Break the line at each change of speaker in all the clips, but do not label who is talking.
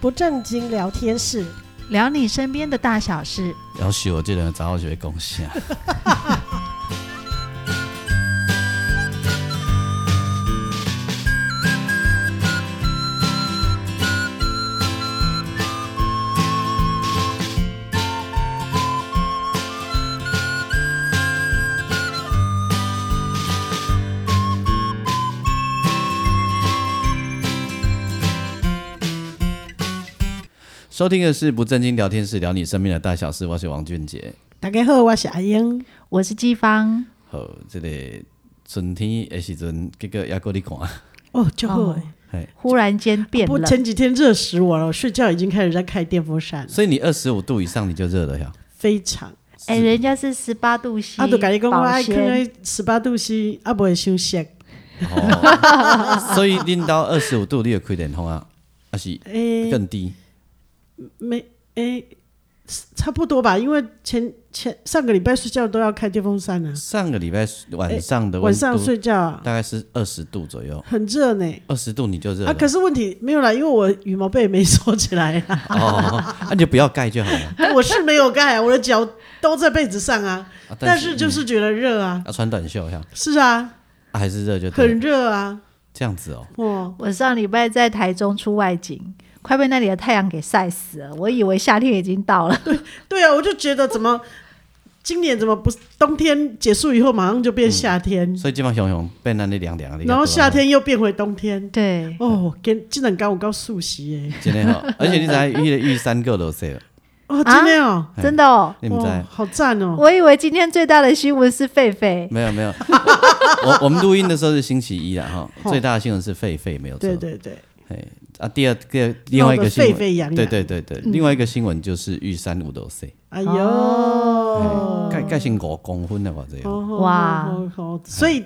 不正经聊天室，
聊你身边的大小事。
要是我这人早就会贡献。收听的是不正经聊天室，聊你身边的大小事。我是王俊杰。
大家好，我是阿英。
我是季芳，
好，这个春天的时阵，结果也够你看。
哦，就好、
哦
嘿，
忽然间变
不
冷，
前几天热死我了，我睡觉已经开始在开电风扇了，
所以你二十五度以上你就热了呀？
非常。
哎、人家是十八度 C，
啊，就跟你讲，我
保
爱
鲜
看那十八度 C，啊，不会休息。
哦，所以恁到二十五度，你有开电风啊？还是
诶、
更低？
没诶、差不多吧，因为前前上个礼拜睡觉都要开电风扇啊，
上个礼拜晚上的
哎晚
温
上
度
睡觉啊
大概是二十度左右，
很热呢、
二十度你就热
啊，
了。
可是问题没有啦，因为我羽毛被没收起来啊，
哦，那、你就不要盖就好了。
我是没有盖啊，我的脚都在被子上 啊，
啊
但是就
嗯
是觉得热啊，
要穿短袖哈、
是啊，
啊还是热就对了
很热啊，
这样子哦。
哦，
我上礼拜在台中出外景，快被那里的太阳给晒死了。我以为夏天已经到了，
对啊，我就觉得怎么今年怎么不冬天结束以后马上就变夏天，
所以基本上熊熊被那里凉凉的。
然后夏天又变回冬天，
对，
哦，跟竟然刚我告诉席耶，
真的 好，而且你才遇遇三个落雪了，
哦，
啊
今天哦。
真的哦。
你们
哦
在？、
好赞哦！
我以为今天最大的新闻是狒狒，
没有没有，我 我们录音的时候是星期一啦哈，
哦
最大的新闻是狒狒没有错
对。对对，
哎，啊，第二个另外
闹
一个
得
新
沸
闻，
沸扬扬。
对对对对，
嗯
另外一个新闻就是玉山五楼 C，
哎呦，
哦
盖盖成五公分了吧这
哦
样，
哇
哇！所以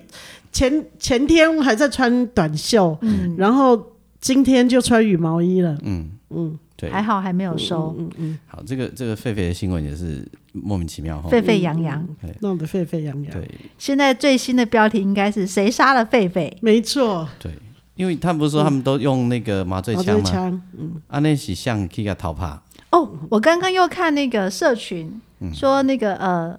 前前天还在穿短袖，
嗯
然后今天就穿羽毛衣了。
嗯
嗯，
对，
还好还没有收，
嗯嗯，
好，这个这个狒狒的新闻也是莫名其妙哈，
沸沸扬扬。
弄得沸沸扬扬。
对
现在最新的标题应该是“谁杀了狒狒
没错，
对，因为他们不是说他们都用那个麻醉
麻
枪
醉
嘛，
枪，
啊那是像去个逃跑，”？
哦，我刚刚又看那个社群
嗯
说那个呃，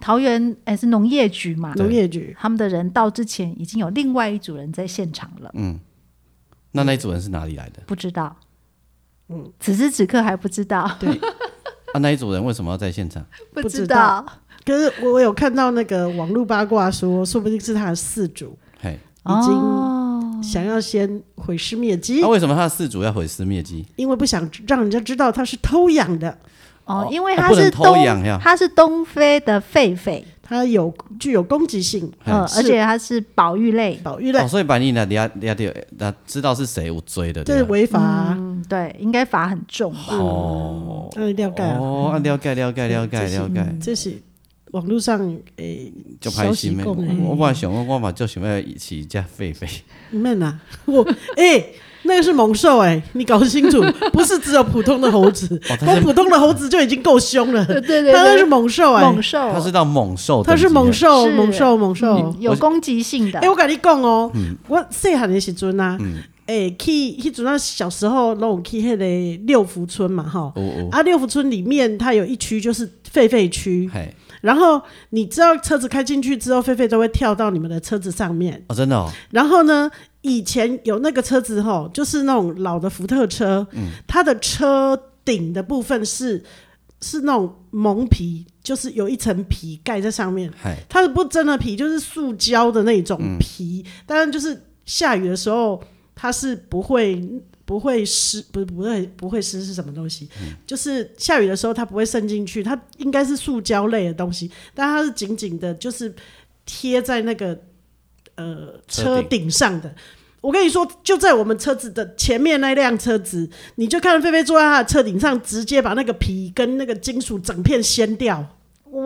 桃园哎是农业局嘛，
农业局
他们的人到之前已经有另外一组人在现场了，
嗯那那一组人是哪里来的？
不知道。嗯，此时此刻还不知道，
啊，那一组人为什么要在现场？
不
不
知
知
道
道。可是我我有看到那个网络八卦说，说不定是他的四主
嘿，
已经
哦，
想要先毁尸灭迹
啊那、，为什么他的事主要毁尸灭迹？
因为不想让人家知道他是偷养的。
哦
哦，
因为
啊
他
不能
是
偷
东
养呀，
他是东非的狒狒，
它有具有攻击性，
嗯，
是
而且他是保育类，
保育类
哦，，所以把你那俩俩掉，那知道是谁有追的，
这是
对吧
违法啊，
嗯，对，应该罚很重吧？嗯
哦
那一定要盖啊，
哦，啊了解了解了解
这是
了解，
这是网络上诶
就拍
消息
心的。
讲
我我
的，
本来想我我嘛就想要一起加狒狒，
嗯
妹呐，啊 我诶。那个是猛兽哎、你搞清楚，不是只有普通的猴子，
哦，他
光
是
普通的猴子就已经够凶了，
对对对，
它那是猛兽哎、
猛兽，
他是到猛兽等级
它是
的，
猛兽，
是
猛兽，猛兽
嗯。有攻击性的
哎、，我跟你讲哦、
嗯
我细汉的时阵啊，诶、去迄阵啊，小时候拢有去迄个六福村嘛，吼，
哦，哦
啊，六福村里面它有一区就是狒狒区，
嘿，
然后你知道车子开进去之后，狒狒都会跳到你们的车子上面。
哦真的哦，
然后呢，以前有那个车子吼，就是那种老的福特车，
嗯
它的车顶的部分是是那种蒙皮，就是有一层皮盖在上面，
嘿，
它是不真的皮，就是塑胶的那种皮。当然，就是下雨的时候，它是不会不会湿，不是不会不会湿是什么东西？就是下雨的时候它不会渗进去，它应该是塑胶类的东西，但它是紧紧的，就是贴在那个呃
车
车
顶
顶上的。我跟你说，就在我们车子的前面那辆车子，你就看到菲菲坐在他的车顶上，直接把那个皮跟那个金属整片掀掉。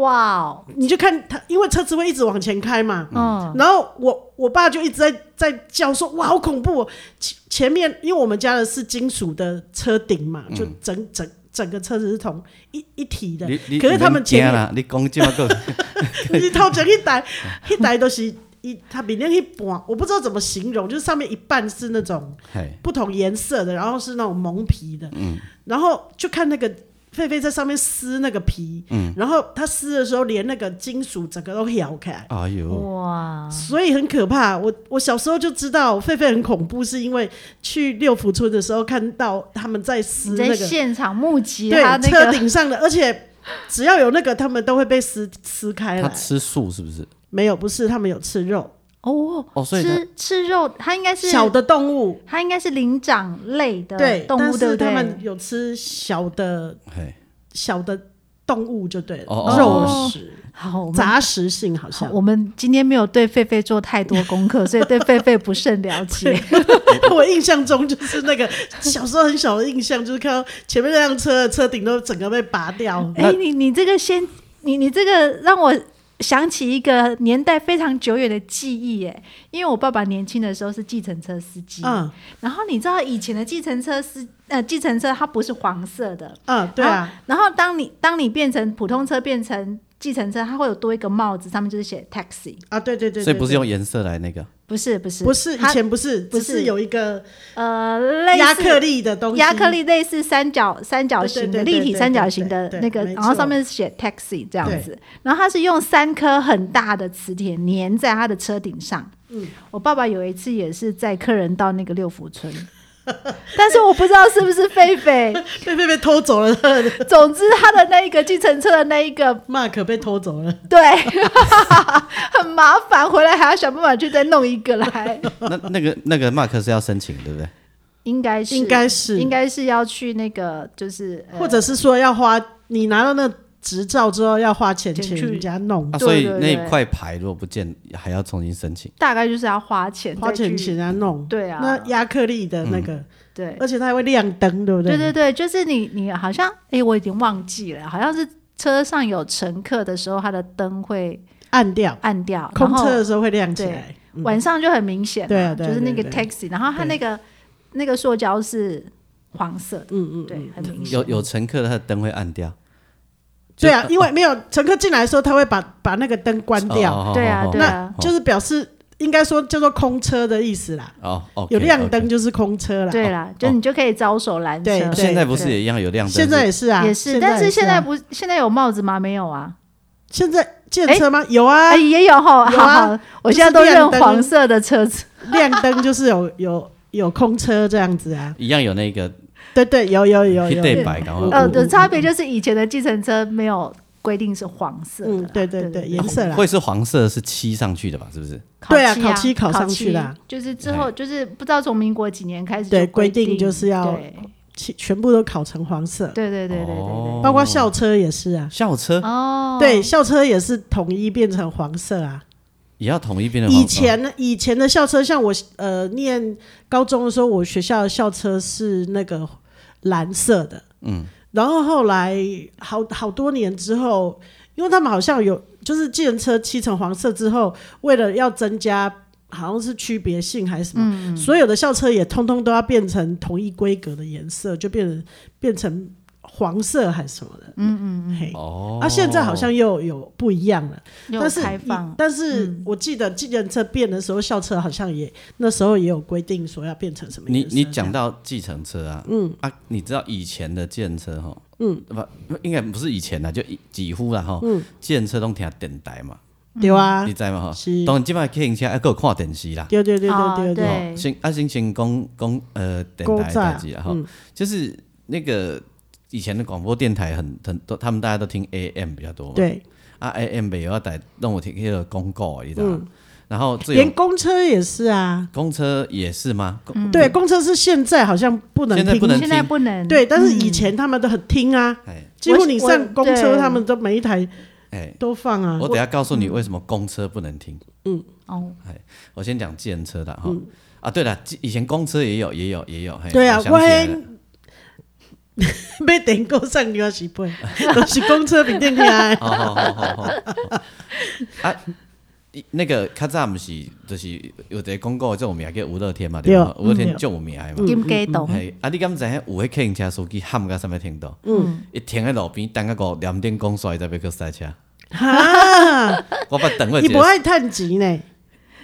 哇哦，
你就看他，因为车子会一直往前开嘛。
嗯，
然后我我爸就一直在在叫说：“哇，好恐怖、哦！”前前面因为我们家的是金属的车顶嘛，就整整整个车子是同一一体 的。
你你
可是他们
你别
前面
啦，你讲这么个，
你头前一台一台都是伊一它比那一半，我不知道怎么形容，就是上面一半是那种
嘿，
不同颜色的，然后是那种蒙皮的，然后就看那个狒狒在上面撕那个皮，然后它撕的时候连那个金属整个都咬开，
哎
哦
呦，
哇，
所以很可怕。我我小时候就知道狒狒很恐怖，是因为去六福村的时候看到他们在撕
你
那
在
个
现场目击
对、
他那
车
个
顶上的，而且只要有那个，他们都会被撕撕开
他
来。
吃素是不是？
没有，不是他们有吃肉，
哦，
哦，所以他
吃吃肉，它应该是
小的动物。
它应该是灵长类的
对，
动
但
物，
是
对不
他
对？
们有吃小的
嘿，
小的动物就对了，
哦哦
肉食、
好，我们
杂食性好
好
像。
我们今天没有对狒狒做太多功课，所以对狒狒不甚了 解。
我印象中就是那个小时候很小的印象，就是看到前面那辆车的车顶都整个被拔掉。
哎、你你这个先，你你这个让我想起一个年代非常久远的记忆，哎，因为我爸爸年轻的时候是计程车司机，
嗯
然后你知道以前的计程车司呃计程车它不是黄色的，
嗯，对啊，
然后当你当你变成普通车变成计程车，它会有多一个帽子，上面就是写 taxi，
啊，对对对对
所以不是用颜色来那个，
不是不是
不是以
它
前不是，
不
只
是
是有一个
呃类似
亚克力的东西，
亚克力类似三角三角形
对对
的
对对
立体三角形的
对对
那个，
没错
然后上面是写 taxi 这样子，然后它是用三颗很大的磁铁粘在它的车顶上。嗯，我爸爸有一次也是载客人到那个六福村。 但是我不知道是不是狒 狒，
被被被偷走了 他的
总之他的那一个计程车的那一个，
，Mark 被偷走了。
对， 很麻烦，回来还要想办法去再弄一 个来，
那那个那个 mark 是要申请对不对？
应该是
应该是
应该是要去那个就是呃
或者是说要花你拿到那执照之后要花钱
钱
请
去
人家弄，
啊，
对
所以
对
那
对
一块牌如果不见，还要重新申请。
大概就是要花钱
花
再去
钱请人家弄。
对啊，
那亚克力的那个，
嗯
对
而且它还会亮灯，对不
对
对？
对对，就是你你好像诶，我已经忘记了，好像是车上有乘客的时候，它的灯会
暗掉，
暗掉，然
空
后
车的时候会亮起来。嗯
晚上就很明显嘛，
对啊对啊
就是那
对
个
对
taxi，然后它
对
那个那个塑胶是黄色的，
嗯嗯，
对，很明显
有。有乘客，他的灯会暗掉。
对啊，因为没有乘客进来的时候，他会把把那个灯关掉，
哦
对啊，对啊，
就是表示应该说叫做空车的意思啦。
哦哦，
有亮灯。就是空车啦。
对啦，就你就可以招手拦车
哦对，对
啊现在不是也一样有亮灯？
现在也是啊，
也是，但
也
是现
啊
在不现在有帽子吗？没有啊，
现在建车吗？有啊
哎，，也有哈，
有
好
啊
好，我现在
就
都
是亮灯
认黄色的车子，
亮灯就是有有有空车这样子啊。
一样有那个
对对，有有有有。
对白，然哦后
呃，的
嗯
差别就是以前的计程车没有规定是黄色的啦，
嗯对对对颜色啦
会是黄色是漆上去的吧？是不是？
烤
对啊
漆
烤漆烤上去啦
烤漆就是之后就是不知道从民国几年开始
对
就规
规定就是要
对
其全部都烤成黄色，
对对对对对对
包括校车也是啊。
校车
哦，
对，校车也是统一变成黄色啊。
也要统一变成
以前呢，以前的校车，像我呃念高中的时候，我学校的校车是那个蓝色的，嗯，然后后来好好多年之后，因为他们好像有就是计程车漆成黄色之后，为了要增加好像是区别性还是什么，所有的校车也通通都要变成同一规格的颜色，就变成变成黄色还是什么的，嗯嗯嘿，
哦，
啊，现在好像又有不一样了。
又
但是
开放嗯
以，但是我记得计程车变的时候，校车好像也那时候也有规定说要变成什么
你
颜色
你
这样
讲到计程车啊，嗯啊，你知道以前的计程车哈，嗯，不应该不是以前啦，就以几乎啦哈，嗯，计程车都听电台嘛，
嗯
对啊
你，知道嘛哈？
是
当然即摆客人车还有看电视啦，
对对对
哦
对对，
哦先啊先先讲讲呃电
古
台
早
代志啊哈，
嗯
就是那个以前的广播电台很很多，他们大家都听 AM 比较多嘛，
对，
啊 AM 没有要带让我听那个公告，你知道吗？然后
嗯
这
连嗯
有
公车也是啊，
公车也是吗？公
嗯
对，公车是现在好像不能
现在
听
不，能
现在
听
不能嗯
对，但是以前他们都很听啊，
哎
几乎你
我
上公车，
对
他们都每一台
哎，
都放啊
我，等一下告诉你为什么公车不能听。
哦，
我先讲计程车的哈。啊，对了，计以前公车也有，也有，也有。
哎
嘿
嗯对啊
我想起来了
我被点够上 你要洗杯， 都是公车比电梯来，
好哦好好好好。 啊，一那个较早不是就是有一个广告，这种名叫吴乐天嘛，对吧？
对
吴乐天
嗯
就有名的嘛。
金鸡懂，
嘿，啊，你敢知影有迄客人车司机喊到啥物程度？
嗯，
伊停在路边等个五两 点公煞，伊才要去塞车。
哈，
我捌等过一
你不
个，
爱探级呢，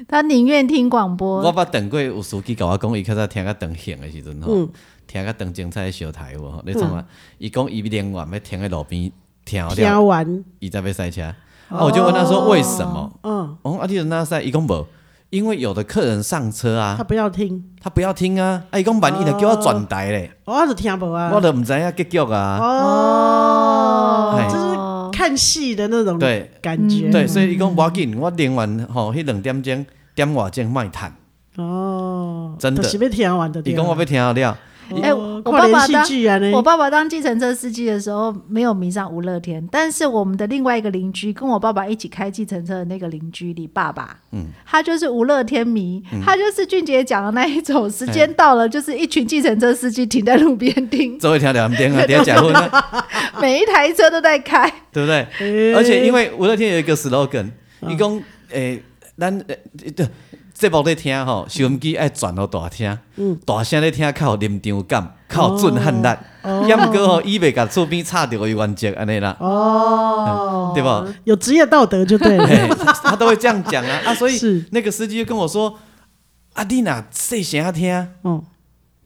他宁愿听广播。
我捌等过有司机甲我讲，伊较早听较长兴的时阵吼，
嗯
听较长精彩的小台无吼，你创啊？伊讲伊连晚要停在路边听了，
听完，
伊才要塞车。啊，我就问他说为什么？
哦嗯，
我讲啊，你怎那塞？伊讲无，因为有的客人上车啊
他，不要听，
他不要听啊，啊，伊讲万一就叫我转台咧，
哦我就听不啊。
我都毋知影结局啊。
哦，
嘿
就是看戏的那种
对
感觉。
嗯对，所以伊讲无要紧，我连完吼，迄两点钟点外钟卖趁。
哦，
真的
就是要听完的。
伊讲我要听了了，
哎
哦
我我爸爸
看连续剧啊呢
哎
我爸爸当计程车司机的时候没有迷上吴乐天，但是我们的另外一个邻居跟我爸爸一起开计程车的那个邻居李爸爸，嗯，他就是吴乐天迷，
嗯
他就是俊杰讲的那一种，时间到了就是一群计程车司机停在路边 听，
做一条两点啊，点结婚啊。
每一台车都在开，
对不对？而且因为五乐天有一个 slogan，伊
啊
讲诶，咱诶对节目咧听吼，收音机爱转到大厅，
嗯
大声咧听较有临场感，较有震撼力。要毋过吼，伊袂甲厝边插着个原则安尼啦，嗯
哦，
对不？
有职业道德就对了。
嘿他都会这样讲啊啊，所
是
以那个司机就跟我说。啊，你若细声听，
哦，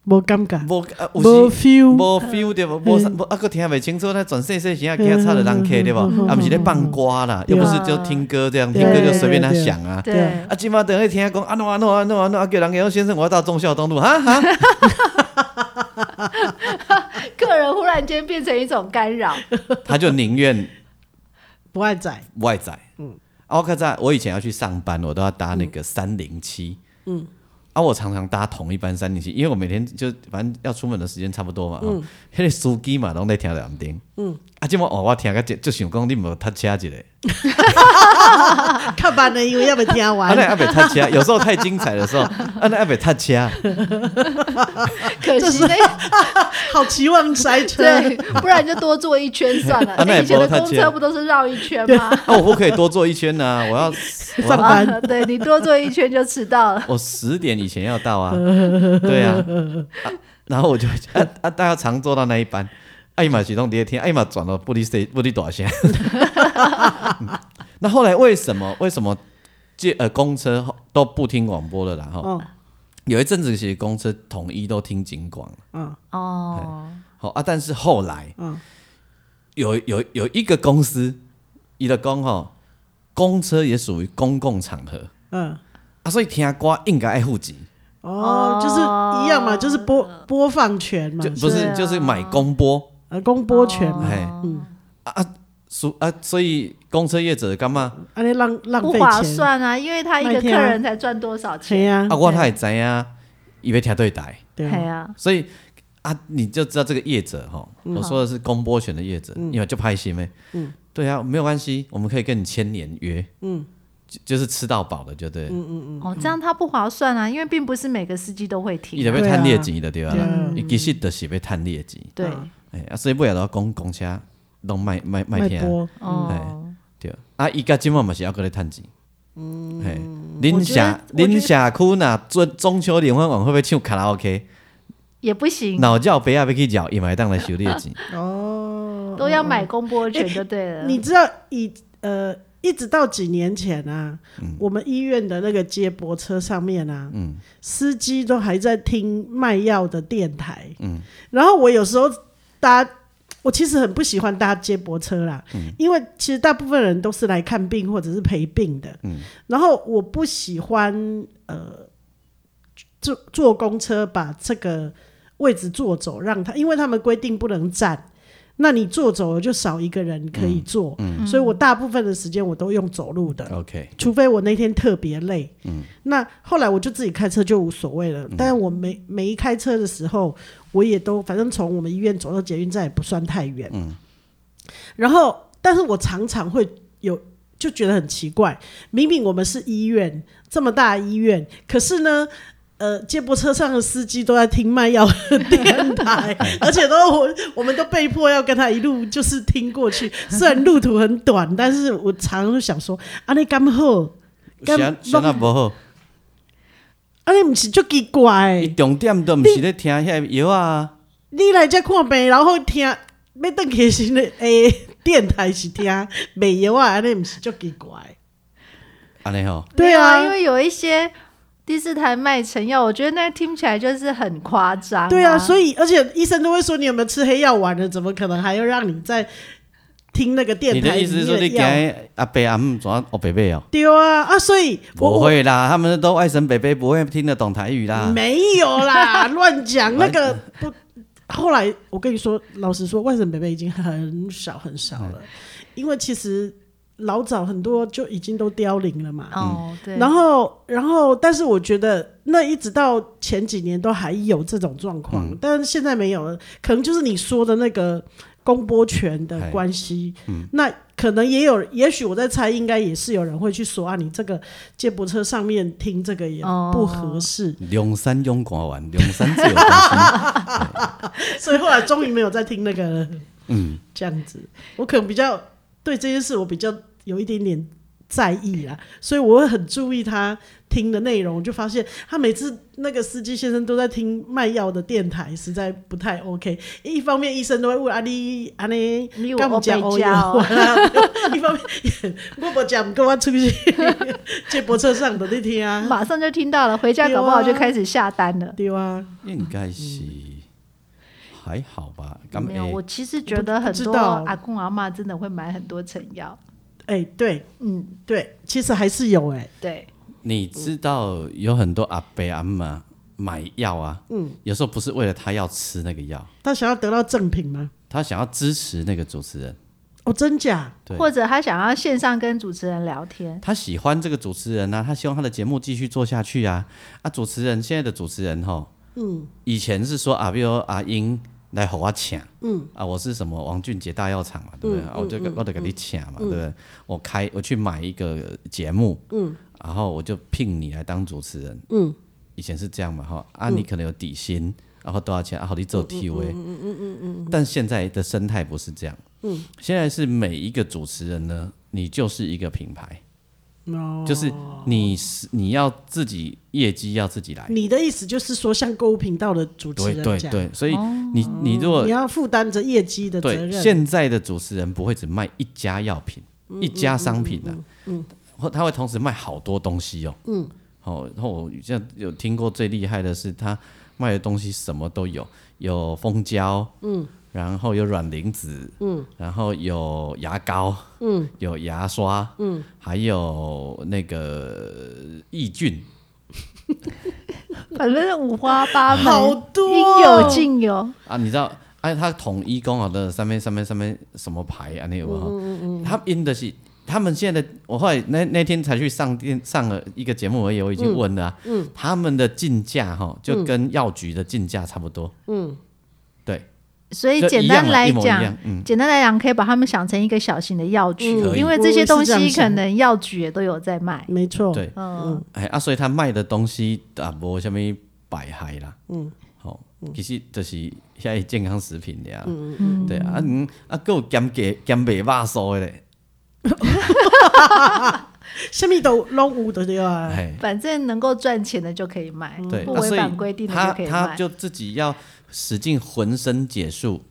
无尴尬，
无啊有
无
时
feel，
无 feel 对无，无啥无啊，佫听袂清楚，那转细细声，惊吵着人客对无？
嗯
啊，毋是咧放歌啦，又
对
不是就听歌这样，听
对
歌就
对
随便他
对
想啊。
对
对
啊，今晚等一听讲安怎安怎安怎安怎，啊，叫人家说先生，我要到忠孝东路，哈哈，
客人忽然间变成一种干 扰，
他就宁愿
不爱宰，
外载。嗯，啊，我看在我以前要去上班，我都要搭那个三零七。嗯，啊，我常常搭同一班三零七，因为我每天就反正要出门的时间差不多嘛。嗯，迄个司机嘛，拢在听两点。嗯，啊，今晚哦，我听个就就想讲你无搭车一个，
看班的因为要不听
啊，
完
那，阿袂搭车，有时候太精彩的时候，啊，那阿袂搭车。
可惜那
好期望塞车。
对，不然就多坐一圈算了。
啊那也
以前的
不够太
公
尖
车不都是绕一圈吗？
啊，我不可以多坐一圈呐、我要我
上
要
班
啊对你多坐一圈就迟到了。
我十点以前要到啊，对啊，啊然后我就啊啊，大家常坐到那一班，啊艾玛启动第二天，艾玛转到布利斯布利多先。 那后来为什么为什么借呃公车都不听广播了啦？哈，
哦，
有一阵子其实公车统一都听警广，
嗯，
哦，
好啊，但是后来
嗯
有有有一个公司，伊的公吼，公车也属于公共场合
嗯，
啊，所以听歌应该爱户籍。
哦，就是一样嘛，就是播
嗯
播放权嘛
就，不是、
啊
就是买公播，
呃，公播权嘛，
哎、啊啊，所啊，所以公车业者干嘛？
安尼浪浪
哦不
费
划
钱，
算啊，因为他一个客人才赚多少
嘿
钱？
呀
啊，，我他也知啊，以为听对台，
对
哎
啊，
呀，
所以啊，你就知道这个业者哈，我说的是公播权的业者，因为就拍心呗。嗯，对啊，没有关系，我们可以跟你签年约。嗯。就是吃到饱的，就对，
哦，这样他不划算啊，因为并不是每个司机都会
伊
停
就
啊。
要
对啊
趁劣钱的对吧
对啊？
伊其实就是要趁劣钱，
对，
嗯
哎啊，所以尾后都讲公车拢卖卖卖啊
卖
听，
播，
哦，
对，啊，伊甲即满嘛是抑搁咧趁钱。嗯，嘿，恁
我觉得
社恁社区若做中秋联欢晚会要唱卡拉 OK，
也不行，
脑叫白啊要去绕，伊嘛会当来收你的钱。
都要买公播权就对了。
哎你知道以呃，一直到几年前啊，我们医院的那个接驳车上面啊，司机都还在听卖药的电台，然后我有时候搭。我其实很不喜欢搭接驳车啦，因为其实大部分人都是来看病或者是陪病的，然后我不喜欢呃坐坐公车把这个位置坐走，让他，因为他们规定不能站，那你坐走了就少一个人可以坐，所以我大部分的时间我都用走路的，
OK，
除非我那天特别累。嗯，那后来我就自己开车就无所谓了。但我每每一开车的时候，我也都反正从我们医院走到捷运站也不算太远。嗯，然后但是我常常会有就觉得很奇怪，明明我们是医院这么大的医院，可是呢。呃，接驳车上的司机都在听卖药的电 台，而且都我我们都被迫要跟他一路就是听过 去。虽然路途很短，但是我常常就想说，啊，你干好，
是安是安那无好，
啊，你不是就奇怪、
伊重点都毋是咧听遐药啊，
你来这看病，然后听要登去时啊的 诶、电台是听卖药啊，安尼毋是就奇怪。
啊安尼吼，
对
啊，
啊
因为有一些第四台卖成药，我觉得那听起来就是很夸张、
对啊，
啊，以
所以而且医生都会说你有没有吃黑药丸的，怎么可能还要让你在听那个
你
电台
的
里
意思是说你
面
今
药？
天阿伯阿姆怎啊学白白哦？
丢啊啊！所以我
不
我
会啦，他们都外省北北不会听得懂台语
啊
啦。
没有 啦，乱讲那个不。后来我跟你说，老实说，外省北北已经很少很少
嗯
了，因为其实老早很多就已经都凋零了嘛。
哦，对，
嗯然后，然后，但是我觉得那一直到前几年都还有这种状
嗯
况，但是现在没有了，可能就是你说的那个公播权的
哎
关系。
嗯
那可能也有，也许我在猜，应该也是有人会去说啊，你这个接驳车上面听这个也
哦
不合适，
龙山勇官丸，龙山自由中 心，
所以后来终于没有再听那个了。嗯，这样子，我可能比较对这件事，我比较有一点点在意啦，所以我会很注意他听的内容。我就发现他每次那个司机先生都在听卖药的电台，实在不太 OK。一方面医生都会问啊你啊你
你有
敢有吃
黑白
黑
胶
药丸啊一方面我不讲，跟我出去 接驳车上的那天啊，
马上就听到了，回家搞不好就开始下单了。
对啊，
应该是还好吧？敢
没有，
会
我其实觉得很
不知
多
道
阿公阿妈真的会买很多成药，
哎、对
嗯，
对，其实还是有哎、
对，
你知道有很多阿伯阿妈买药啊，嗯，有时候不是为了他要吃那个药，
他想要得到赠品吗？
他想要支持那个主持人，
哦，真假？
对，
或者他想要线上跟主持人聊天，
他喜欢这个主持人啊，他希望他的节目继续做下去啊。啊，主持人现在的主持人吼，嗯，以前是说啊，比如阿英来吼我请，嗯，啊，我是什么王俊杰大药厂嘛，对不对？啊，我就给我就给你请嘛，对不对？我开我去买一个节目，嗯，然后我就聘你来当主持人，嗯，以前是这样嘛，哈，啊，你可能有底薪，然后多少钱，然后啊你做 T V，嗯嗯嗯嗯，但现在的生态不是这样，嗯，现在是每一个主持人呢，你就是一个品牌。
哦，
就是你是你要自己业绩要自己来，
你的意思就是说，像购物频道的主持
对
人哦
对
这样，
对，所以你你如果
你要负担着业绩的责
对
任。
现在的主持人不会只卖一家药品、一家商品的、啊，或他会同时卖好多东西哦，嗯，哦，然后我像有听过最厉害的是他卖的东西什么都有，有蜂胶，嗯，然后有软磷脂，嗯，然后有牙膏，嗯，有牙刷，嗯，还有那个抑菌，嗯
反正是五花八门，
好
哦
多哦
应有尽有。
啊，你知道，哎、他统一刚好的上面上面上面什么牌啊，那个哈，他因的是他们现在的，我后来那那天才去上电上了一个节目而已，我已经问了、啊，他们的进价哈就跟药局的进价差不多，嗯，对，
所以
就
简
一样
单
啊
来
一模一
讲
样，嗯
简单来讲，可以把他们想成一个小型的药局，
嗯可以
因为这些东
我也是这
西
样
可
想
能药局也都有在卖。
没错，
对，
嗯，
哎啊，所以他卖的东西啊，无什么百害啦，嗯，好、其实就是遐健康食品的啊，嗯嗯，对啊，嗯啊，还有兼价兼卖肉素的嘞，
什么都拢有的对吧？
哎。
反正能够赚钱的就可以卖，
对，
不
啊
违
所以
反规定的
他
可以
他
卖。
就自己要使尽浑身解数，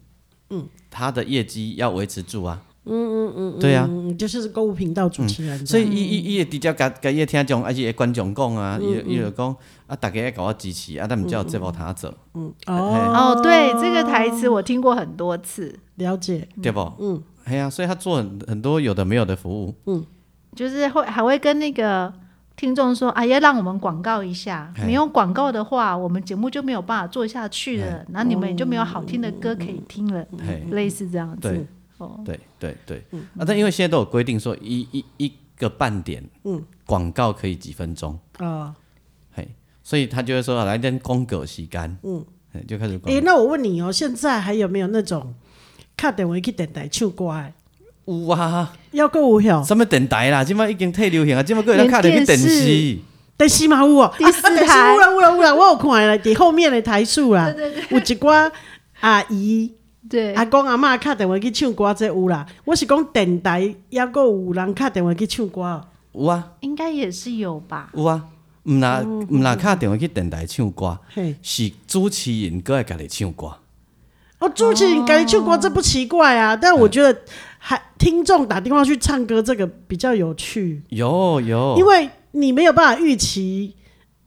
嗯，他的业绩要维持住啊，嗯嗯嗯，对啊，
嗯，就是购物频道主持人这
嗯所
嗯
样，
以伊伊伊会直接甲甲伊听众，而且观众讲啊，伊
嗯
伊就讲啊，大家要甲我支持啊，他们叫这部他做，
嗯
哦，
哦，对，这个台词我听过很多次，
了解，
对不？嗯，哎呀，所以他做很很多有的没有的服务，
就是会还会跟那个听众说，哎呀，让我们广告一下，
嘿
没有广告的话，我们节目就没有办法做下去了，然后你们也就没有好听的歌可以听了，
嘿，
类似这样
对
子。哦，
对对对，啊，但因为现在都有规定说一一一个半点，嗯，广告可以几分钟。
啊，
嘿，所以他就会说啊来点公狗洗干，嗯，就开始广
诶，那我问你哦，现在还有没有那种看电话去电台唱歌的？
有啊，
要购物票，
什么电台啦，即摆已经退流行啊，即摆个人
连
看到去电
电
视
视，
第四嘛有哦，
第四
啊
台
有啦有啦有啦，我有看了，伫后面的台数啦，有一寡阿姨。
对，
阿公阿嬷敲电话去唱歌，这有啦。我是讲电台，抑阁有人敲电话去唱歌哦。
有啊
应该也是有吧。
有啊，毋若毋若敲电话去电台唱歌，
嘿，
是主持人个会家己唱歌，
哦，住进感觉出国这不奇怪啊，但我觉得还听众打电话去唱歌这个比较有趣，
有有，
因为你没有办法预期，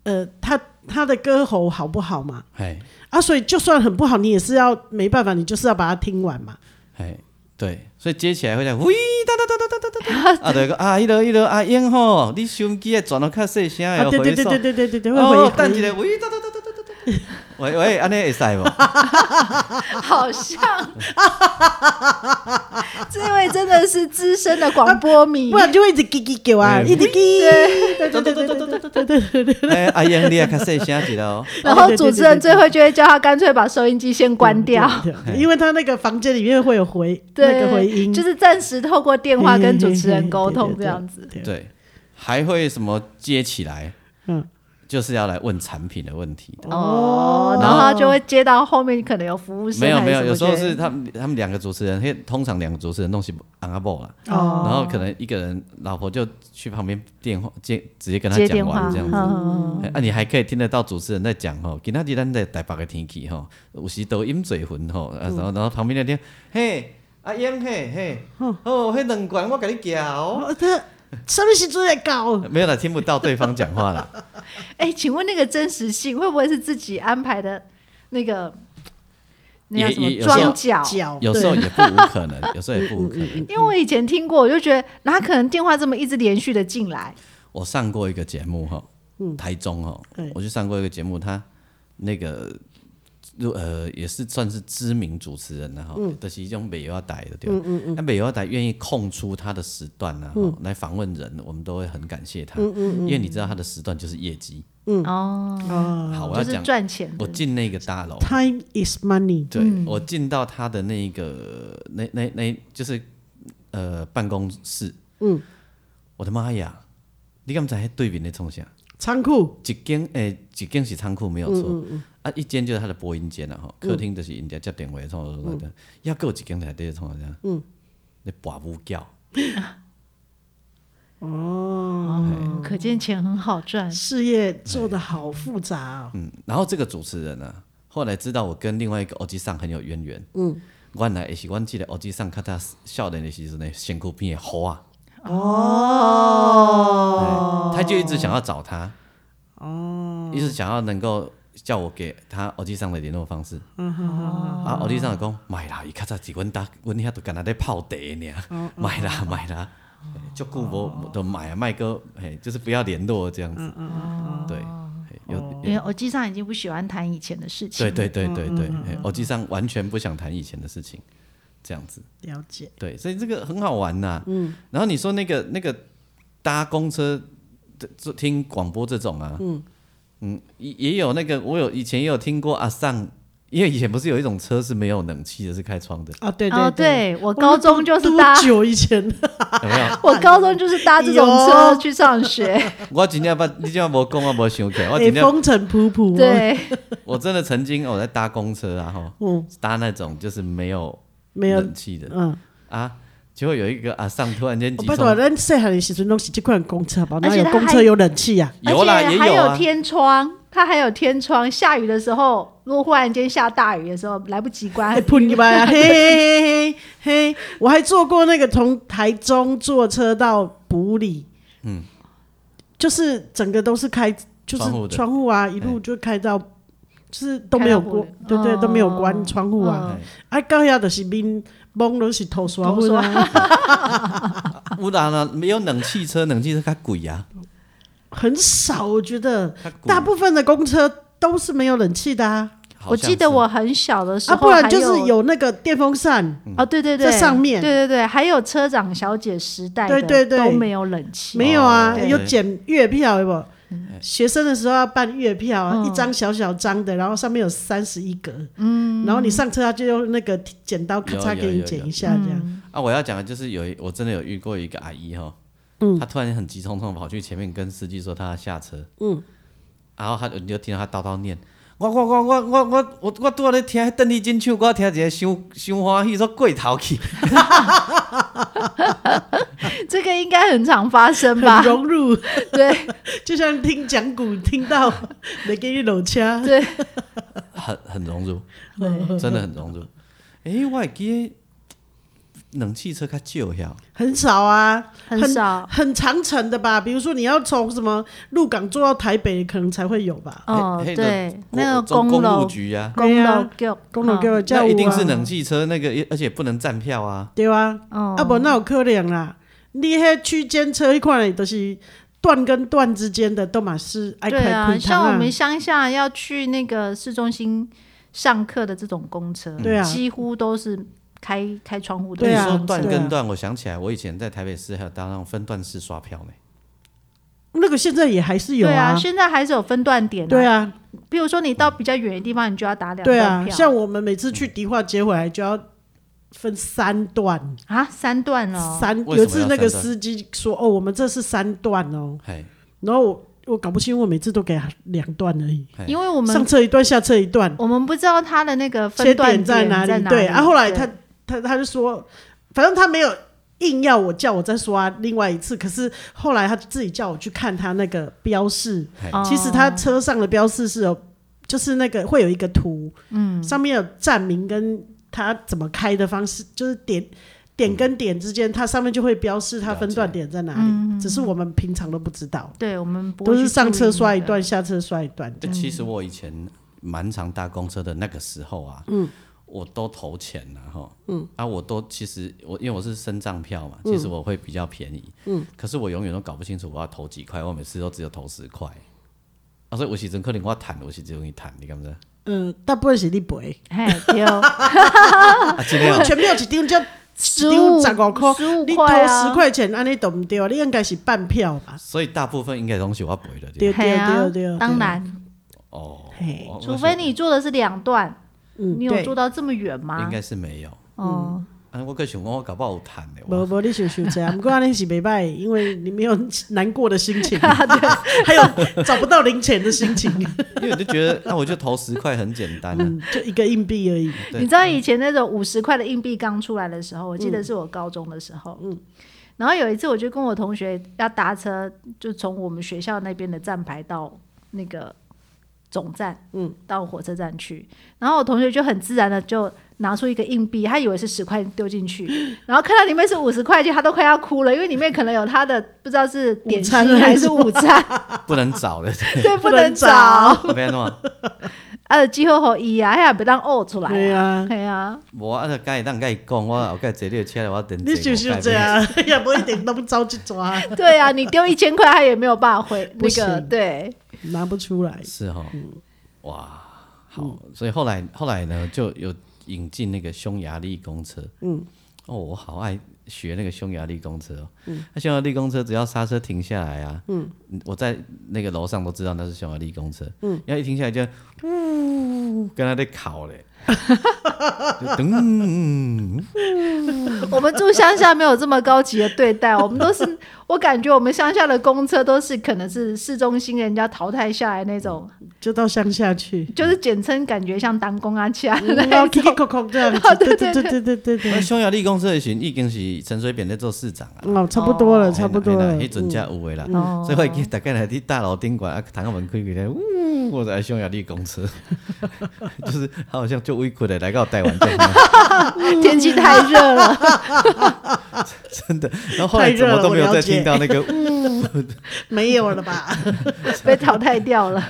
呃，他他的歌喉好不好嘛，
哎
啊，所以就算很不好，你也是要没办法，你就是要把它听完嘛。
哎，对，所以接起来会讲喂哒哒哒哒哒哒 哒，啊对个啊，迄落迄落阿英吼，你收音机的转到较细声
啊，对
的
对
回
对
送
对，对对对对，会回
哦，等
回
一下喂哒哒哒哒哒哒哒，喂喂，安尼会使 无？
好像这位真的是资深的广播迷
不，然就会一直叽叽叫啊，
嗯
一直叽。对对对对对对对对对对对。
哎，阿英你也较细声一点哦。
然后主持人最后就会叫他干脆把收音机先关掉，
对，对对 因为他那个房间里面会有回那
对，
个回音，
就是暂时透过电话跟主持人沟通这样子。
对。对对对对
对，还会什么接起来，
嗯
就是要来问产品的问题的。
哦，然后他就会接到后面可能有服务生
没有
还
没有，有
什
时
么
候
之类
是
的
他们他们两个主持人，嘿通常两个主持人弄起昂阿布啦，
哦
然后可能一个人老婆就去旁边电话接，直接跟他
接
讲
电话
完这
嗯
样子。
嗯嗯
嘿啊，你还可以听得到主持人在讲吼，今仔日咱在台北的天气吼，有时都阴水云吼，啊，然后然后旁边那听，嘿，阿英嘿嘿，哦，迄两罐我给你寄哦，
哦，他什么时阵在搞？
没有啦，听不到对方讲话啦。
哎，请问那个真实性会不会是自己安排的那个那叫
也
什么
也有时候
装脚？
脚
有时候也不无可能，有时候也不无可能。
因为我以前听过，我就觉得，然后他可能电话这么一直连续的进来，
我上过一个节目哈，台中哈
对，
我去上过一个节目，他那个呃也是算是知名主持人了哈，就是一种美药台的对吧？那美药台愿意空出他的时段呢、啊哈来访问人，我们都会很感谢他，因为你知道他的时段就是业绩。
啊
好，我要
哦就是
讲，
赚钱
我
的。
进那个大楼，
，Time is money。
对、我进到他的那个那那那就是呃办公室，嗯，我的妈呀！你刚才对面在冲啥？
仓库
一间诶、一间是仓库没有错，啊，一间就是他的播音间了啊吼，客厅就是人家接电话创创的，要够一间台底创啥？嗯，你跋不叫，哎
哦，可见钱很好赚。
事业做的好复杂哦。
嗯，然后这个主持人呢、啊，后来知道我跟另外一个欧吉上很有渊源，嗯，原来也是阮记得欧吉上看他少年的时候呢，辛苦变的好啊，哦，他就一直想要找他，哦，一直想要能够叫我给他欧吉上的联络方式，啊，欧弟上就讲买啦，伊较早是阮搭阮遐都干那咧泡茶尔，买啦买啦，嘿足久无都买啊，卖哥，嘿，就是不要联络这样子，对，嘿有
因为我机上已经不喜欢谈以前的事情。
对对对对对，嘿欧弟上完全不想谈以前的事情，这样子，
了解，
对，所以这个很好玩呐，嗯，然后你说那个那个搭公车这这听广播这种啊，嗯也也有那个我有以前也有听过阿尚。因为以前不是有一种车是没有冷气的，是开窗 的，
啊，对
哦，
对，
对我高中就是搭
多，久以前的？
有没有？
我高中就是搭这种
哎
车
呦
去上学。
我今天把你今天无讲，我无想起来。我
哎，
哦今天
风尘仆仆。，哦
对，
我真的曾经我哦在搭公车啊，吼，
嗯，
搭那种就是没有
没有，
冷气的
嗯，
啊，结果有一个阿啊上突然间
我
急
哦拜托，
冲，
咱细汉的时阵拢是这款公车，好不好？
而
哪
且
有
它
公车
还
有冷气呀？
有啦
而且还
也有啊
天窗，它还有天窗。下雨的时候，如果忽然间下大雨的时候，来不及关
还，哎喷你妈呀！嘿嘿嘿嘿嘿！我还坐过那个从台中坐车到埔里，嗯，就是整个都是开，就是
窗户的哎
窗户啊，一路就开到，就是都没有关
开，到
对
埔里
对，
哦
都没有关窗户啊。
哎
啊，到遐就是面蒙都是头刷灰啊，
有啦啦，没有冷气车，冷气车较贵啊，
很少，我觉得
较贵。
大部分的公车都是没有冷气的啊，
好
我
像
记得
是
我很小的时
啊，
候，
不然就是
还
有那个电风扇，
哦，对对对，
在上面
对对对，还有车长小姐时代的，
对对对
都没有冷气，
没有啊，
对嗯
有检月票有不？学生的时候要办月票啊，
嗯
一张小小张的，然后上面有三十一格，嗯，然后你上车他就用那个剪刀咔嚓
有有
给你
有
剪
有
一下，这样
啊，我要讲的就是有一我真的有遇过一个阿姨哈，她突然间很急匆匆地跑去前面跟司机说她要下车，然后她你就听到她叨叨念，我我我我我我我我拄仔咧听邓丽金唱歌，听一个伤伤欢喜，说过头去，
这个应该很常发生吧
很？
嗯
融入，
对，
就像听讲古听到没给你搂掐，
对
很很融入，真的很融入。诶、我会记得冷气车较少遐，
很少啊，
很少。
很长程的吧？比如说你要从什么鹿港坐到台北，可能才会有
啊
吧？
哦，
嘿嘿
对，那个
公
公
路
楼
局啊，
公楼
对
叫嗯
公路给我叫
那
我、啊，
一定是冷气车那个，而且不能站票啊。
对啊，
哦
啊不那有可能啦。你迄区间车迄款的都是段跟段之间的，都嘛是爱开
对啊，
开
像
汤
我们乡下要去那个市中心上课的这种公车，
对啊
几乎都是开开窗户的。
对啊
你说段
对啊
跟段，我想起来，我以前在台北市还有搭那种分段式刷票呢。
那个现在也还是有
对啊，
啊，
现在还是有分段点、
对
啊，
啊，
比如说你到比较远的地方，你就要打两
对
段
啊。
票。
像我们每次去迪化接回来就要分三段，
啊，三段哦，
三
为什么
有一次
要
那个
三段
司机说：“哦，我们这是三段哦。
嘿，”
然后我我搞不清，我每次都给他两段而已，
嘿
因为我
上
们
车一段，下车一段，
我们不知道它的那个
切
分段
点在
哪
哪
里。
对，啊，后来他
对
他他就说，反正他没有硬要我叫我再刷另外一次，可是后来他自己叫我去看他那个标示，
嘿，
哦
其实他车上的标示是有，就是那个会有一个图，嗯，上面有站名跟他怎么开的方式，就是点。点跟点之间，它上面就会标示它分段点在哪里，只是我们平常都不知道，
对我们嗯不会
都是
去
上
注
车
意
刷一
那个
段，下车刷一段。
但其实我以前蛮常搭公车的那个时候啊，嗯，我都投钱了哈，嗯，啊，我都其实我因为我是升账票嘛，其实我会比较便宜，嗯，可是我永远都搞不清楚我要投几块，我每次都只有投十块，啊，所以有时阵可能我谈，有时阵容易谈，你敢不知道？
嗯，大部分是你赔，
嘿， 对哦，
啊，今天
全票一 张就
十五
十五块
十五
你投
块啊，
十块钱，安尼都唔对，你应该是半票吧？
所以大部分应该东西我要赔的，
对
嘿啊
对对对
当然，
哦
嘿，
我
除非你坐的是两段，
嗯，
你有
对
坐到这么远吗？
应该是没有，
哦，
啊，我个想讲我搞不好有谈的，
无
我
无，你想想 这样，不过安尼是袂歹，因为你没有难过的心 情，还有找不到零钱的心情，
因为我就觉得 那我就投十块很简单啊，
嗯，就一个硬币而已。
对
你知道以前那种五十块的硬币刚出来的时候，我记得是我高中的时候，嗯，然后有一次我就跟我同学要搭车，就从我们学校那边的站牌到那个总站，嗯，到火车站去，然后我同学就很自然的就。拿出一个硬币，他以为是十块丢进去，然后看到里面是五十块钱，他都快要哭了，因为里面可能有他的不知道是点
午
心
餐
还是午餐，
不能找的，
对，不
不能
能找。
要不然弄。
啊，就只好互伊啊，遐也袂当呕出来。
对啊，
系啊，
无啊，就甲伊当甲伊讲，我后盖坐你的车来，我等
你想想这样，啊 也不一定拢招去抓，
对啊，你丢一千块，他也没有办法回
不
那
行
个。对，
拿不出来。
是哈，哇，好，所以后来后来呢，就有引进那个匈牙利公车，嗯，哦，我好爱学那个匈牙利公车哦，那匈牙利公车只要刹车停下来啊，嗯，我在那个楼上都知道那是匈牙利公车，嗯，要一停下来就，呜，跟他在考嘞， 就噔，
我们住乡下没有这么高级的对待，我们都是， 我感觉我们乡下的公车都是可能是市中心人家淘汰下来那种，
就到乡下 去，嗯哦
就是简称感觉像当公啊其他的
然
那
后
一
叽
种
叽。扣扣这样子，哦对对对对对对
那
对，
匈牙利公车的群已经是陈水扁在做市长啊。哎
哦，哎差不多了，差不多了
迄。阵才有诶啦，
嗯
所以我会记大概来伫大楼顶管啊，窗仔门开开咧，呜，我在匈牙利公车， 就是他好像就委屈的来到台湾这样，啊
天气太热了，
真的。然后后来怎么都没有再听到那个 呜，
没有了吧？
被淘汰掉了。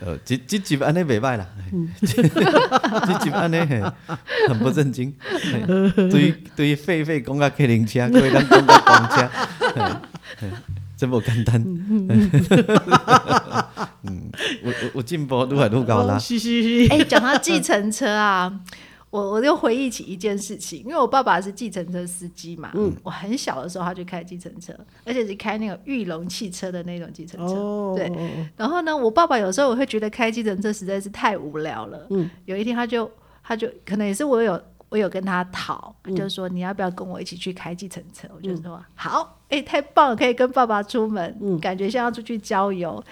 呃，这这集安尼袂歹啦， 这集安尼嘿很不正经，嘿对于对于狒狒讲到客人车，各位咱讲到公车，嘿嘿真无简单。嗯， 我我我进步愈来愈 高啦
哦。是是是，
哎、讲到计程车啊，我我又回忆起一件事情，因为我爸爸是计程车司机嘛，我很小的时候他就开计程车，而且是开那个玉龙汽车的那种计程车。
哦，
对然后呢，我爸爸有时候我会觉得开计程车实在是太无聊了，有一天他就他就可能也是我有。我有跟他讨，就说你要不要跟我一起去开计程车？我就说好，哎、太棒了，可以跟爸爸出门，感觉像要出去郊游。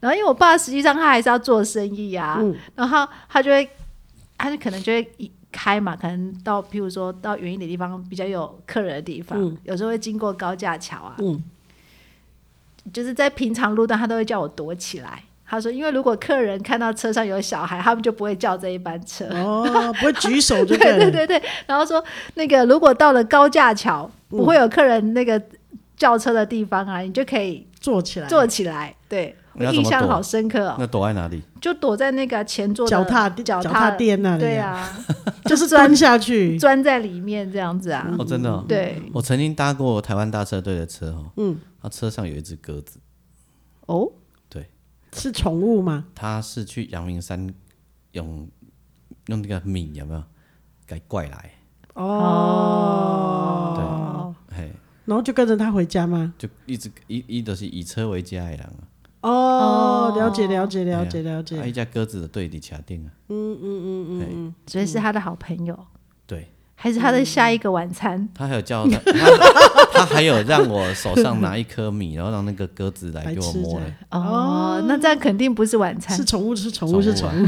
然后因为我爸实际上他还是要做生意啊，
嗯
然后他就会，他就可能就会一开嘛，可能到譬如说到远一点地方比较有客人的地方，
嗯
有时候会经过高架桥啊，就是在平常路段他都会叫我躲起来，他说，因为如果客人看到车上有小孩，他们就不会叫这一班车。
哦，不会举手就
对
对
对
了。
对对，然后说那个如果到了高架桥，
嗯
不会有客人那个叫车的地方啊，你就可以
坐起来，
坐起来。对，我
哎
那要怎
印
么
象
躲
好深刻哦，
那躲在哪里？
就躲在那个前座的
脚踏
脚
脚踏垫那里，
对，啊，
就是钻下去。
钻在里面这样子啊，
哦，真的、哦，
对
我曾经搭过台湾大车队的车哦，嗯，它车上有一只鸽子，
哦，
对，
是宠物吗？
它是去阳明山用用那个米有没有给怪来？
哦，
嘿，
然后就跟着它回家吗？
就一直一一都是以车为家的人啊，
哦，了解了解了解了
啊，
解。
一架鸽子的对底卡定啊，
所以是他的好朋友，
对，
嗯还是他的下一个晚餐？
他还 有叫他他他还有让我手上拿一颗米，然后让那个鸽子来给我摸
来吃
嘞，
哦，那这样肯定不是晚餐
嗯是，宠物，是宠物，是宠
啊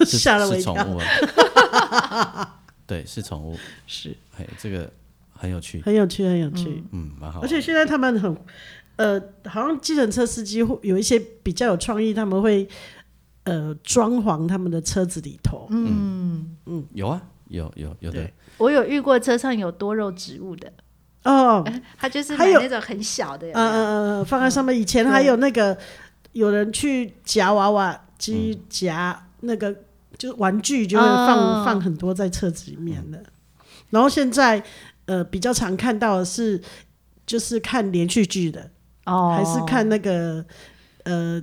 物，
是
吓了我一
是宠
跳。
物啊，对，是宠物，
是，
嘿，这个很有趣，
很有趣，很有趣。
嗯，蛮
而
好玩。
且现在他们很，呃，好像计程车司机会有一些比较有创意，他们会呃装潢他们的车子里头。
有啊，有有有的
对，
我有遇过车上有多肉植物的，
哦，
他就是
还
买
有
那种很小的，有
嗯
没有
嗯嗯，放在上面。以前还有那个有人去夹娃娃机夹那个，就是玩具，就是放
哦
放很多在车子里面的。然后现在呃比较常看到的是，就是看连续剧的，
哦，
还是看那个呃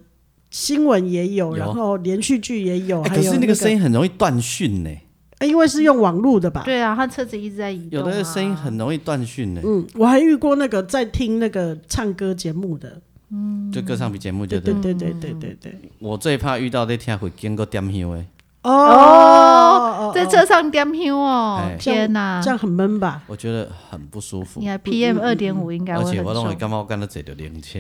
新闻也有，
有
然后连续剧也有，
哎
还
可
有
是那个声
音，
音很容易断讯呢，
哎因为是用网络的吧？
对啊，他车子一直在移动
有
啊，
的声音很容易断讯呢，
嗯，我还遇过那个在听那个唱歌节目的，
就歌唱比节目就
嗯对对。
对
对对对对对。
我最怕遇到在听会经过点香的，
哦，
在车上点香哦
哎，
天哪
这！样很闷吧？
我觉得很不舒服
你。看 PM 二点五应该
而
会很
且我认为
重，
感觉我刚才坐着灵车，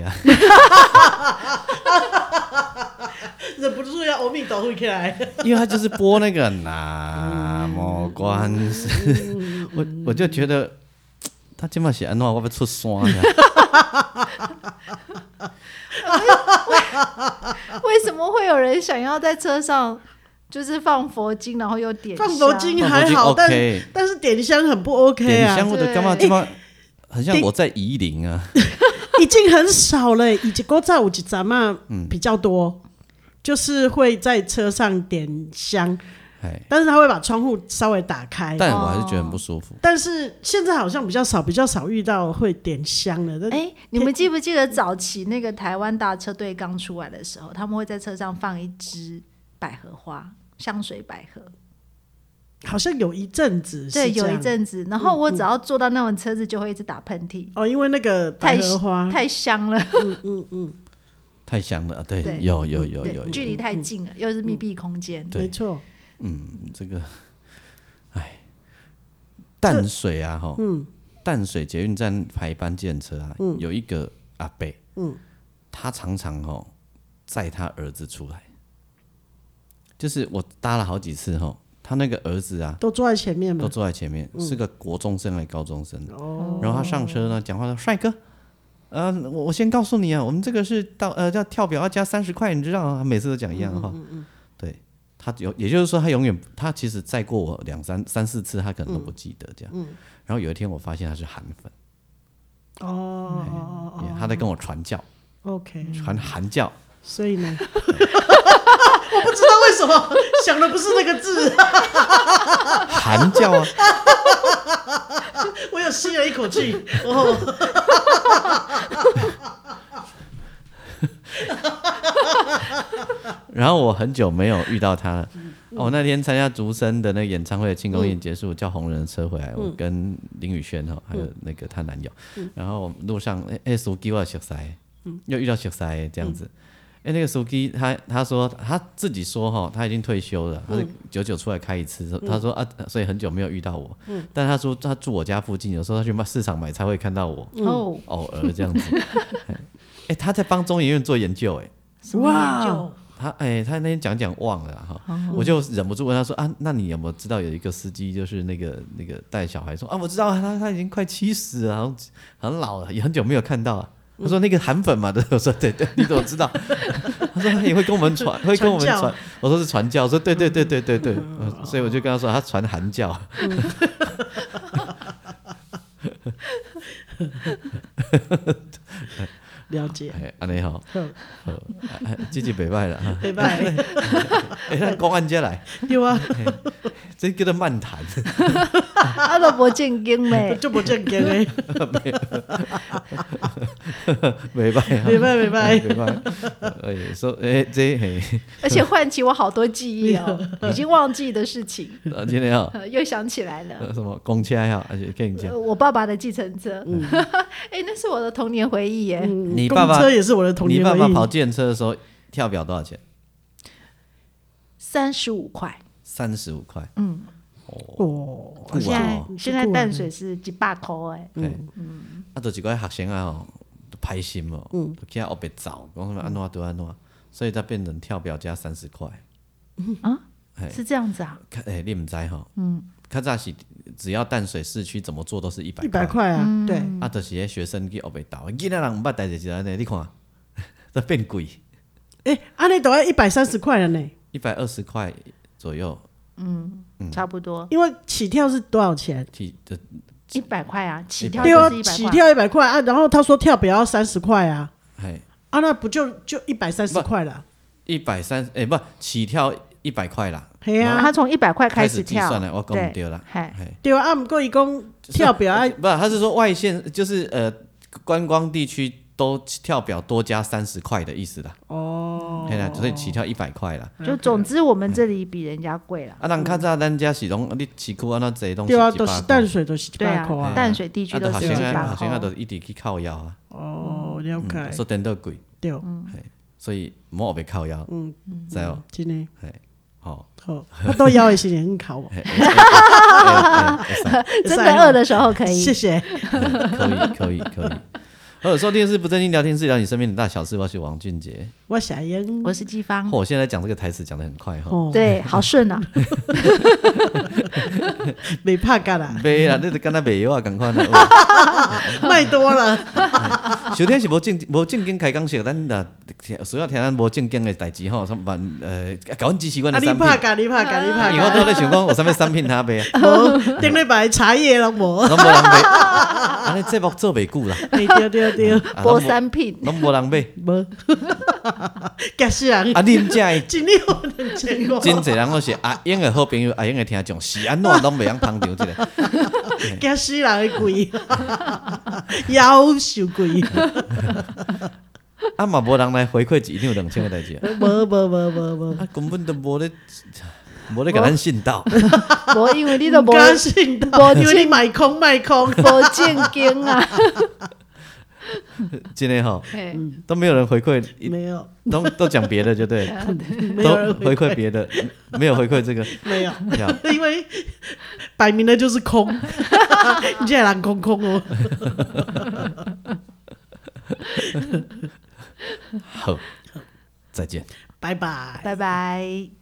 忍不住要阿弥陀佛起来。
因为他就是播那个那么关系，
嗯
我我就觉得他今晚写安诺，我要出山啊 了。
为什么会有人想要在车上就是放佛经，然后又点
放
香
佛经还好，
放佛经
但
OK
但是点香很不 OK
点
啊
香，我就感觉
对
今晚很像我在夷陵啊。
已经很少了。以及国在五级咱们
嗯
比较多，就是会在车上点香，
哎，
但是他会把窗户稍微打开。
但我还是觉得很不舒服。
但是现在好像比较少，比较少遇到会点香的。但
哎，你们记不记得
嗯
早期那个台湾大车队刚出来的时候，他们会在车上放一支百合花，香水百合。
好像有一阵子
对，
是这
有一
样
阵子，然后
嗯
我只要坐到那种车子，就会一直打喷嚏，
哦，因为那个百合花，
嗯
太香了。
太香了，啊！对，
对
有有有
对
有，嗯有，
距离太近了，又是密闭空间。
对
没错，
嗯，这个，哎，淡水啊，哈，嗯，淡水捷运站排班建车啊，有一个阿伯，嗯，他常常哦载他儿子出来，就是我搭了好几次哈，他那个儿子啊
都坐在前面
都
嘛。
坐在前面，
嗯
是个国中生还是高中生，
哦
然后他上车呢，讲话说帅哥。呃，我我先告诉你啊，我们这个是到呃叫跳表要加三十块，你知道啊，每次都讲一样
嗯
的话。对他有，也就是说他永远他其实再过我两三三四次，他可能都不记得这样。
嗯
然后有一天我发现他是韩粉，哎
哦嗯
也他在跟我传教，
，OK，
传韩教。
所以 呢，我不知道为什么想的不是那个字，
韩教啊，
我有吸了一口气。哦，
然后我很久没有遇到他了。哦，我那天参加竹生的那个演唱会的庆功宴结束，叫红人的车回来，我跟林宇轩哦，还有那个她男友，然后路上哎哎，苏基我小塞，又遇到小塞这样子。哎，那个苏基他他说他自己说哈，他已经退休了，他是久久出来开一次。他说啊，所以很久没有遇到我。但他说他住我家附近，有时候他去卖市场买菜会看到我，
哦，
偶尔这样子。 哎，他在帮中研院做研究，哎。
什么研究？
他哎、他那天讲讲忘了啦
哦
哈，我就忍不住问他说啊，那你有没有知道有一个司机就是那个那个带小孩说啊，我知道啊，他他已经快七十了，好像
嗯
很老了，也很久没有看到啊。他说那个韩粉嘛，对，我说对对，你怎么知道？ 他说他也会跟我们传，会跟我们
传教嗯
传。我说是传教，我说对对对对对对，呃所以我就跟他说他传韩教。啊
了解，
哎，安尼好，
好
哎这就袂歹啦。哈
拜拜，
哎，咱公安家来，
对啊，
这叫做
。
漫谈。
啊，都无正经嘞
就不正经诶，
袂歹啊，
袂歹袂歹
哎 袂歹。哎，说哎，这嘿，
而且唤起我好多记忆 哦，
嗯
已经忘记的事情，
啊今天啊，
呃又想起来了。
呃什么公车呀，而且跟你讲
呃，我爸爸的计程车，
嗯
哎，那是我的童年回忆耶。
嗯
你
公
爸爸
车也是我的童
你
年
爸
回
爸
忆。
跑电车的时候跳表多少钱？
三十五块，
三十五块。
嗯哦，
酷
现
啊！
在现在淡水是几百块哎，
嗯，啊，就一个学生啊吼，就歹心哦，
嗯
就惊后白走，讲什么安怎对安怎，所以才变成跳表加三十块。哎
是这样子啊？
看，哎，你毋知吼，嗯，较早是只要淡水市区怎么做都是一百
一百，块啊，对，
啊，就是迄学生去后白倒，囡仔人毋捌代志是安尼，你看， 这变贵，
哎，安内都要一百三十块了呢，
一百二十块左右
差不多
因为起跳是多少钱？
起，就
一百块啊，起跳
对啊
就是，一百
起
块。
跳一百块啊，然后他说跳表要三十块啊，
哎，
啊，那不就就一百三十
不
块了？
一百三，哎，不起跳一百块啦，
嘿啊，
他从一百块
开
始
始计
跳
算，了，我讲毋对啦，
嗨，
哎。
对啊，啊，不过一共跳表 啊，
不，他是说外县就是呃观光地区都跳表多加三十块的意思啦。哦，嘿啦，所以起跳一百块
嗯
啦。
就总之我们这里比人家贵啦。
啊，咱较早咱家是拢你市区安怎坐拢
对啊，
一
都是
百
淡
块，
水都是一
对
百
啊
块啊，，
淡水地区
啊，
都
都
是
学
几
生啊，
百
学生啊，
块哦
都。一直去靠腰啊，
哦，了解，
说等到贵，
对，哦
所以莫后别靠腰，嗯，知哦，
真的，
嘿，好，
好，他都要一些人考我，
嘿嘿嘿嘿嘿
真的饿的时候可以
谢。谢，
可以，可以，可以。或者说电视不正经聊天室，聊你身边的大小事。我是王俊杰。
我小英
我，是季芳
嚯，我现在讲这个台词讲的很快哈。
哦，
对，好顺啊，
没怕干 啦，
袂啦，你就敢若袂药啊，共款啦。
卖多了，
首先是无正无正经开讲是咱若听需要听咱无正经的代志吼，什么办呃，甲阮支持阮
啊，
的
你
产品。
怕干，你怕干，你怕
因为我
干，
都在想讲有啥物产品通卖啊，
哦，顶礼拜茶叶了 我，
拢无人卖。安尼节目做袂久啦，
哎，对对对，
啊
波
拢无
三品。
拢无人买。
无， 感谢啊，
啊，你毋食诶，
尽力我能结果，
真侪人拢是阿英的好朋友，阿英的听众是安怎拢袂晓捧场即个。
惊死人的贵， 夭寿 贵，
啊嘛无人来回馈一定有两千个 代志啊，
无无无无无。
啊根本都无咧无咧甲咱信道。
无，因为你都无
不敢信到，
无
因为你买空卖 空，
无正 经啊。
真的吼，
嘿
都没有人回馈，
没 有，
都都讲别的就对了。
没有
都
人
回
回
馈别的，没有回馈 这个。
没有，
这样
因为摆明了就是空， 你现在狼空空哦，
好，再见。
拜拜。
拜拜。